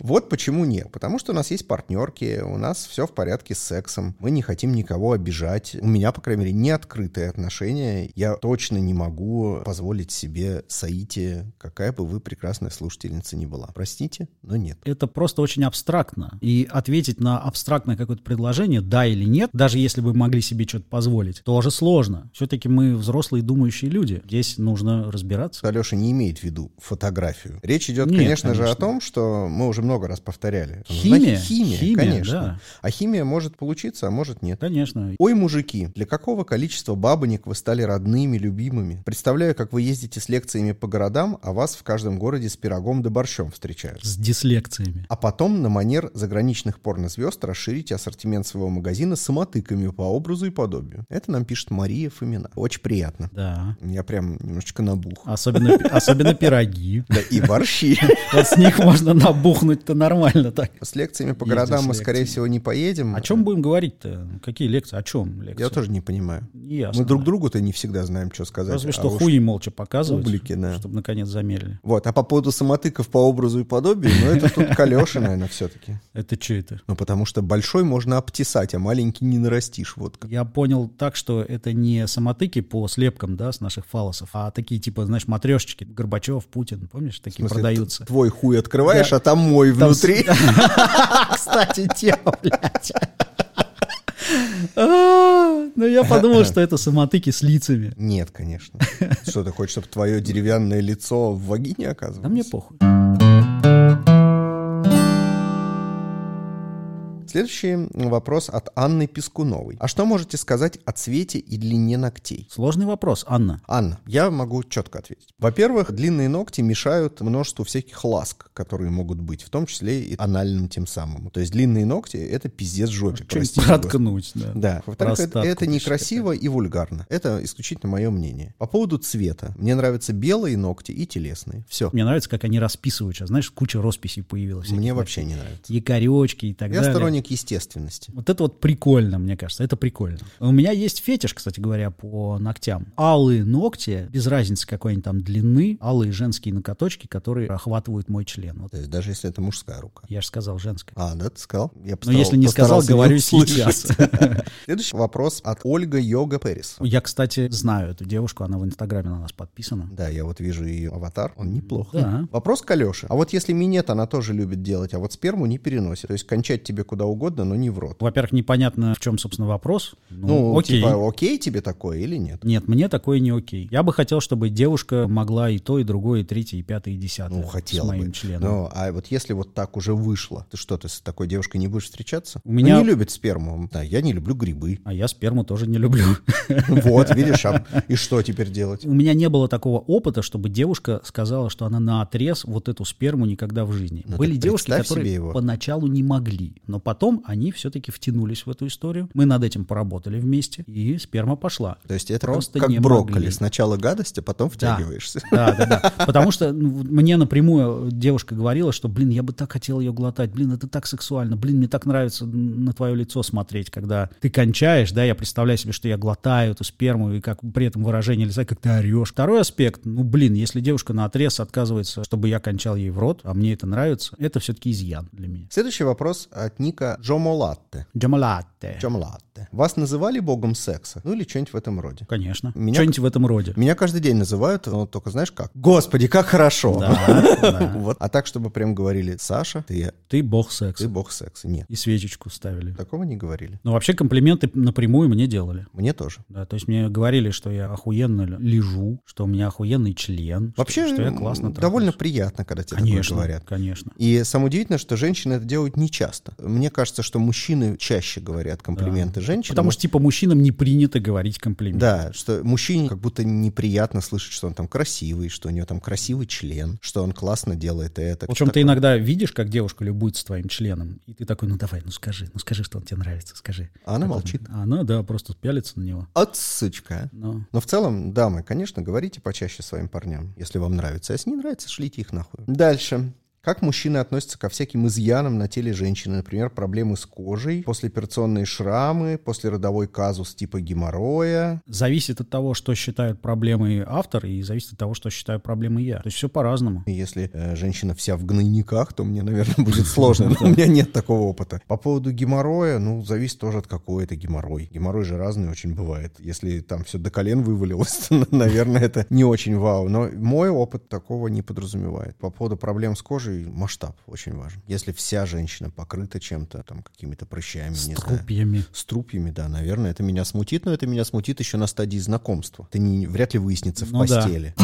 [SPEAKER 3] Вот почему нет. Потому что у нас есть партнерки, у нас все в порядке с сексом. Мы не хотим никого обижать. У меня, по крайней мере, не открытые отношения. Я точно не могу позволить себе Саити, какая бы вы прекрасная слушательница ни была. Простите, но нет.
[SPEAKER 4] это просто очень абстрактно. И ответить на абстрактное какое-то предложение, да или нет, даже если бы могли себе что-то позволить, тоже сложно. Все-таки мы взрослые думающие люди. Здесь нужно разбираться.
[SPEAKER 3] Алеша не имеет в виду фотографию. Речь идет,
[SPEAKER 4] Нет,
[SPEAKER 3] конечно, же, о
[SPEAKER 4] конечно.
[SPEAKER 3] том, что мы уже много раз повторяли.
[SPEAKER 4] Химия,
[SPEAKER 3] Ну, Значит, Химия,
[SPEAKER 4] химия,
[SPEAKER 3] конечно.
[SPEAKER 4] да.
[SPEAKER 3] А химия может получиться, а может нет.
[SPEAKER 4] Конечно.
[SPEAKER 3] Ой, мужики, для какого количества бабонек вы стали родными, любимыми? Представляю, как вы ездите с лекциями по городам, а вас в каждом городе с пирогом да борщом встречают.
[SPEAKER 4] С дислекциями.
[SPEAKER 3] А потом на манер заграничных порнозвезд расширите ассортимент своего магазина самотыками по образу и подобию. Это нам пишет Мария имена. Очень приятно.
[SPEAKER 4] Да.
[SPEAKER 3] Я прям немножечко набух.
[SPEAKER 4] Особенно, особенно пироги.
[SPEAKER 3] Да и борщи.
[SPEAKER 4] Вот с них можно набухнуть-то нормально так.
[SPEAKER 3] С лекциями по
[SPEAKER 4] Ездишь
[SPEAKER 3] городам мы,
[SPEAKER 4] с
[SPEAKER 3] скорее
[SPEAKER 4] лекциями.
[SPEAKER 3] всего, не поедем.
[SPEAKER 4] О чем будем говорить-то? Какие лекции? О чем А лекции?
[SPEAKER 3] Я тоже не понимаю.
[SPEAKER 4] Ясно.
[SPEAKER 3] Мы друг другу-то не всегда знаем, что сказать.
[SPEAKER 4] Разве
[SPEAKER 3] а
[SPEAKER 4] что
[SPEAKER 3] уж
[SPEAKER 4] хуи молча показывать,
[SPEAKER 3] публике, да.
[SPEAKER 4] чтобы наконец замерили.
[SPEAKER 3] Вот, а по поводу самотыков по образу и подобию, ну это тут Калеша, наверное, все-таки.
[SPEAKER 4] Это что это?
[SPEAKER 3] Ну потому что большой можно обтесать, а маленький не нарастишь. Вот как.
[SPEAKER 4] Я понял так, что это не самотыки по слепкам, да, с наших фалосов, а такие типа, знаешь, матрешечки, Горбачев, Путин, помнишь,
[SPEAKER 3] В
[SPEAKER 4] такие
[SPEAKER 3] смысле,
[SPEAKER 4] продаются.
[SPEAKER 3] т- Твой хуй открываешь,
[SPEAKER 4] Да.
[SPEAKER 3] а там мой
[SPEAKER 4] Там с-
[SPEAKER 3] внутри.
[SPEAKER 4] Кстати, тема, блядь. А, Ну, я подумал, что это самотыки с лицами.
[SPEAKER 3] Нет, конечно. Что ты хочешь, чтобы твое деревянное лицо в вагине оказывалось?
[SPEAKER 4] Да мне похуй.
[SPEAKER 3] Следующий вопрос от Анны Пескуновой. А что можете сказать о цвете и длине ногтей?
[SPEAKER 4] Сложный вопрос, Анна.
[SPEAKER 3] Анна, я могу четко ответить. Во-первых, длинные ногти мешают множеству всяких ласк, которые могут быть, в том числе и анальным тем самым. То есть длинные ногти — это пиздец жопе,
[SPEAKER 4] Что-нибудь
[SPEAKER 3] простите, господи.
[SPEAKER 4] проткнуть, да.
[SPEAKER 3] Да. Во-вторых, это,
[SPEAKER 4] Простатку
[SPEAKER 3] это
[SPEAKER 4] пощекотать.
[SPEAKER 3] некрасиво и вульгарно. Это исключительно мое мнение. По поводу цвета. Мне нравятся белые ногти и телесные. Все.
[SPEAKER 4] Мне нравится, как они расписывают сейчас. Знаешь, куча росписей появилась.
[SPEAKER 3] Мне
[SPEAKER 4] всяких
[SPEAKER 3] вообще не нравится.
[SPEAKER 4] Якоречки и так
[SPEAKER 3] Я
[SPEAKER 4] далее.
[SPEAKER 3] сторонник естественности.
[SPEAKER 4] Вот это вот прикольно, мне кажется, это прикольно. У меня есть фетиш, кстати говоря, по ногтям. Алые ногти, без разницы какой они там длины, алые женские ноготочки, которые охватывают мой член. Вот
[SPEAKER 3] То есть даже если это мужская рука.
[SPEAKER 4] я же сказал женское.
[SPEAKER 3] А, да, ты сказал? Я
[SPEAKER 4] Но
[SPEAKER 3] постарал-
[SPEAKER 4] Ну, если не сказал,
[SPEAKER 3] постарался
[SPEAKER 4] говорю
[SPEAKER 3] не услышать.
[SPEAKER 4] сейчас.
[SPEAKER 3] Следующий вопрос от Ольга Йога Перес.
[SPEAKER 4] Я, кстати, знаю эту девушку, она в Инстаграме на нас подписана.
[SPEAKER 3] Да, я вот вижу ее аватар, он неплох.
[SPEAKER 4] Да.
[SPEAKER 3] Вопрос к Алёше. А вот если минет она тоже любит делать, а вот сперму не переносит. То есть кончать тебе куда угодно, но не в рот.
[SPEAKER 4] Во-первых, непонятно, в чем, собственно, вопрос.
[SPEAKER 3] Ну,
[SPEAKER 4] окей.
[SPEAKER 3] типа, окей тебе такое или нет?
[SPEAKER 4] Нет, мне такое не окей. Я бы хотел, чтобы девушка могла и то, и другое, и третье, и пятое, и десятое.
[SPEAKER 3] Ну, хотел
[SPEAKER 4] С моим
[SPEAKER 3] бы.
[SPEAKER 4] членом.
[SPEAKER 3] Но, а вот если вот так уже вышло, ты что, ты с такой девушкой не будешь встречаться?
[SPEAKER 4] У меня-
[SPEAKER 3] Ну, не любит сперму. Да, я не люблю грибы.
[SPEAKER 4] А я сперму тоже не люблю.
[SPEAKER 3] Вот, видишь, а- и что теперь делать?
[SPEAKER 4] У меня не было такого опыта, чтобы девушка сказала, что она на отрез вот эту сперму никогда в жизни.
[SPEAKER 3] Ну,
[SPEAKER 4] Были
[SPEAKER 3] так
[SPEAKER 4] девушки,
[SPEAKER 3] представь
[SPEAKER 4] которые
[SPEAKER 3] себе его.
[SPEAKER 4] поначалу не могли, но потом они все-таки втянулись в эту историю. Мы над этим поработали вместе, и сперма пошла.
[SPEAKER 3] То есть это
[SPEAKER 4] Просто
[SPEAKER 3] как, как
[SPEAKER 4] не
[SPEAKER 3] брокколи.
[SPEAKER 4] могли.
[SPEAKER 3] Сначала гадость, а потом втягиваешься.
[SPEAKER 4] Да, да, да. Потому что ну, вот мне напрямую девушка говорила, что, блин, я бы так хотела ее глотать, блин, это так сексуально, блин, мне так нравится на твое лицо смотреть, когда ты кончаешь, да, я представляю себе, что я глотаю эту сперму, и как при этом выражение лица, как ты орешь. Второй аспект, ну, блин, если девушка на отрез отказывается, чтобы я кончал ей в рот, а мне это нравится, это все-таки изъян для меня.
[SPEAKER 3] Следующий вопрос от Ника Джомолатте.
[SPEAKER 4] Джамалатте.
[SPEAKER 3] Джомолатте. Вас называли богом секса? Ну или что-нибудь в этом роде?
[SPEAKER 4] Конечно.
[SPEAKER 3] Меня-
[SPEAKER 4] Что-нибудь в этом роде.
[SPEAKER 3] Меня каждый день называют, но только знаешь как? Господи, как хорошо!
[SPEAKER 4] Да, да.
[SPEAKER 3] Вот. А так, чтобы прям говорили, Саша, ты,
[SPEAKER 4] Ты бог секса.
[SPEAKER 3] ты бог секса. Нет,
[SPEAKER 4] И свечечку ставили.
[SPEAKER 3] такого не говорили.
[SPEAKER 4] Ну, вообще, комплименты напрямую мне делали.
[SPEAKER 3] Мне тоже.
[SPEAKER 4] Да, то есть мне говорили, что я охуенно л- лежу, что у меня охуенный член, что-
[SPEAKER 3] Вообще,
[SPEAKER 4] что, я классно
[SPEAKER 3] м, довольно
[SPEAKER 4] трахаюсь.
[SPEAKER 3] приятно, когда тебе
[SPEAKER 4] конечно,
[SPEAKER 3] такое говорят.
[SPEAKER 4] Конечно.
[SPEAKER 3] И самое удивительное, что женщины это делают нечасто. Мне кажется, что мужчины чаще говорят комплименты женщинам.
[SPEAKER 4] Потому что, типа, мужчинам не принято говорить комплименты.
[SPEAKER 3] Да, что мужчине как будто неприятно слышать, что он там красивый, что у него там красивый член, что он классно делает это.
[SPEAKER 4] Причем ты иногда видишь, как девушка любуется твоим членом, и ты такой, ну давай, ну скажи, ну скажи, что он тебе нравится, скажи.
[SPEAKER 3] А она
[SPEAKER 4] Потом-
[SPEAKER 3] молчит.
[SPEAKER 4] А Она, да, просто пялится на него.
[SPEAKER 3] От сучка.
[SPEAKER 4] Но
[SPEAKER 3] Но в целом, дамы, конечно, говорите почаще своим парням, если вам нравится. А если не нравится, шлите их нахуй. Дальше. Как мужчины относятся ко всяким изъянам на теле женщины? Например, проблемы с кожей, послеоперационные шрамы, послеродовой казус типа геморроя.
[SPEAKER 4] зависит от того, что считают проблемой автор, и зависит от того, что считаю проблемой я. То есть все по-разному.
[SPEAKER 3] И Если э, женщина вся в гнойниках, то мне, наверное, будет сложно. Но у меня нет такого опыта. По поводу геморроя, ну, зависит тоже от какой это геморрой. Геморрой же разный очень бывает. Если там все до колен вывалилось, то, наверное, это не очень вау. Но мой опыт такого не подразумевает. По поводу проблем с кожей, масштаб очень важен. Если вся женщина покрыта чем-то, там, какими-то прыщами,
[SPEAKER 4] С
[SPEAKER 3] не знаю,
[SPEAKER 4] трупьями.
[SPEAKER 3] с трупьями, да, наверное, это меня смутит, но это меня смутит еще на стадии знакомства. Это не, вряд ли выяснится в
[SPEAKER 4] Ну да.
[SPEAKER 3] постели.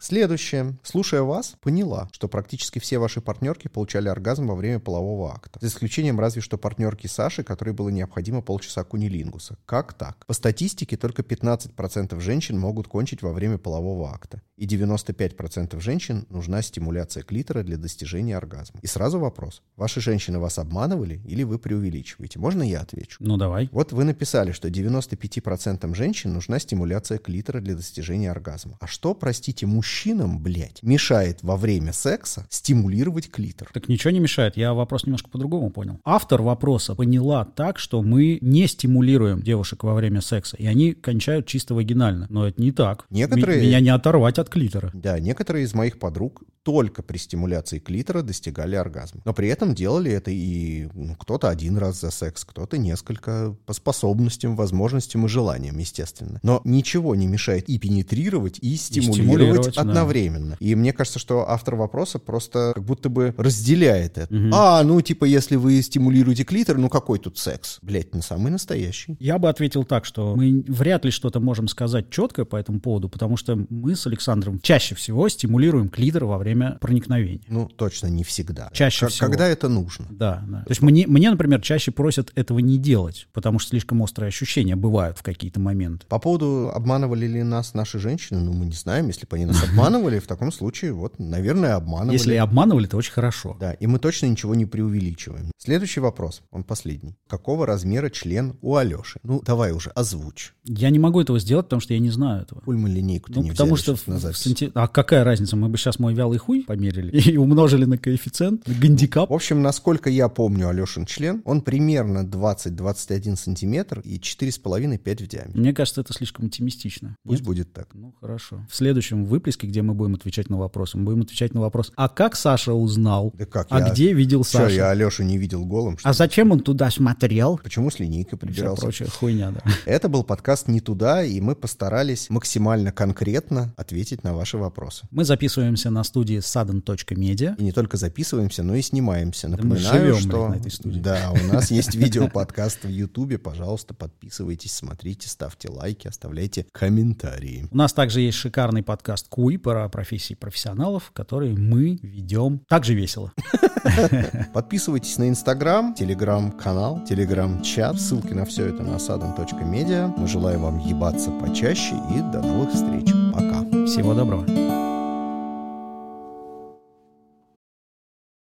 [SPEAKER 3] Следующее. Слушая вас, поняла, что практически все ваши партнерки получали оргазм во время полового акта. За исключением разве что партнерки Саши, которой было необходимо полчаса кунилингуса. Как так? По статистике, только 15% женщин могут кончить во время полового акта. И 95% женщин нужна стимуляция клитора для достижения оргазма. И сразу вопрос. Ваши женщины вас обманывали или вы преувеличиваете? Можно я отвечу?
[SPEAKER 4] Ну давай.
[SPEAKER 3] Вот вы написали, что 95% женщин нужна стимуляция клитора для достижения оргазма. А что, простите, мужчинам, блядь, мешает во время секса стимулировать клитор?
[SPEAKER 4] Так ничего не мешает, я вопрос немножко по-другому понял. Автор вопроса поняла так, что мы не стимулируем девушек во время секса, и они кончают чисто вагинально. Но это не так.
[SPEAKER 3] Некоторые-
[SPEAKER 4] Ми- Меня не оторвать от клитора.
[SPEAKER 3] Да, некоторые из моих подруг только при стимуляции клитора достигали оргазма. Но при этом делали это и ну, кто-то один раз за секс, кто-то несколько по способностям, возможностям и желаниям, естественно. Но ничего не мешает и пенетрировать, и стимулировать,
[SPEAKER 4] стимулировать, да.
[SPEAKER 3] одновременно. И мне кажется, что автор вопроса просто как будто бы разделяет это.
[SPEAKER 4] Мгм.
[SPEAKER 3] А, ну типа, если вы стимулируете клитор, ну какой тут секс? Блять, ну самый настоящий.
[SPEAKER 4] Я бы ответил так, что мы вряд ли что-то можем сказать четко по этому поводу, потому что мы с Александром чаще всего стимулируем клитор во время проникновения.
[SPEAKER 3] Ну, точно не всегда.
[SPEAKER 4] Чаще
[SPEAKER 3] К-
[SPEAKER 4] всего.
[SPEAKER 3] Когда это нужно?
[SPEAKER 4] Да, да. То есть мне, мне, например, чаще просят этого не делать, потому что слишком острые ощущения бывают в какие-то моменты.
[SPEAKER 3] По поводу, обманывали ли нас наши женщины, ну, мы не знаем. Если бы они нас обманывали, в таком случае, вот, наверное, обманывали.
[SPEAKER 4] Если и обманывали, то очень хорошо.
[SPEAKER 3] Да, и мы точно ничего не преувеличиваем. Следующий вопрос, он последний. Какого размера член у Алеши? Ну, давай уже, озвучь.
[SPEAKER 4] Я не могу этого сделать, потому что я не знаю этого.
[SPEAKER 3] Пуль мы линейку-то
[SPEAKER 4] Ну,
[SPEAKER 3] не
[SPEAKER 4] потому
[SPEAKER 3] взяли
[SPEAKER 4] что...
[SPEAKER 3] сейчас на
[SPEAKER 4] в- в
[SPEAKER 3] запись.
[SPEAKER 4] санти- А какая разница? Мы бы сейчас мой вялый хуй померили и умножили на коэффициент, на гандикап.
[SPEAKER 3] В общем, насколько я помню Алешин член, он примерно 20-21 сантиметр и 4,5-5 в диаметре.
[SPEAKER 4] Мне кажется, это слишком оптимистично.
[SPEAKER 3] Пусть
[SPEAKER 4] Нет?
[SPEAKER 3] будет так.
[SPEAKER 4] Ну, хорошо. В следующем выплеске, где мы будем отвечать на вопросы, мы будем отвечать на вопрос, а как Саша узнал?
[SPEAKER 3] Да как
[SPEAKER 4] а
[SPEAKER 3] я-
[SPEAKER 4] где видел
[SPEAKER 3] Чё,
[SPEAKER 4] Саша?
[SPEAKER 3] я Алешу не видел голым? Что...
[SPEAKER 4] А зачем он туда смотрел?
[SPEAKER 3] Почему с линейкой
[SPEAKER 4] И вся
[SPEAKER 3] прибирался?
[SPEAKER 4] прочая хуйня, да.
[SPEAKER 3] Это был подкаст «Не туда», и мы постарались максимально конкретно ответить на ваши вопросы.
[SPEAKER 4] Мы записываемся на студии sudden.media.
[SPEAKER 3] И не только записываемся, но и снимаемся.
[SPEAKER 4] мы
[SPEAKER 3] Напоминаю,
[SPEAKER 4] живем,
[SPEAKER 3] что
[SPEAKER 4] блядь, на этой студии.
[SPEAKER 3] да, у нас есть видеоподкаст в Ютубе. Пожалуйста, подписывайтесь, смотрите, ставьте лайки, оставляйте комментарии.
[SPEAKER 4] У нас также есть шикарный подкаст «Куй» про профессии профессионалов, который мы ведем также весело.
[SPEAKER 3] Подписывайтесь на Инстаграм, Телеграм-канал, Телеграм-чат. Ссылки на все это на sadan.media. Мы желаем вам ебаться почаще и до новых встреч. Пока.
[SPEAKER 4] Всего доброго.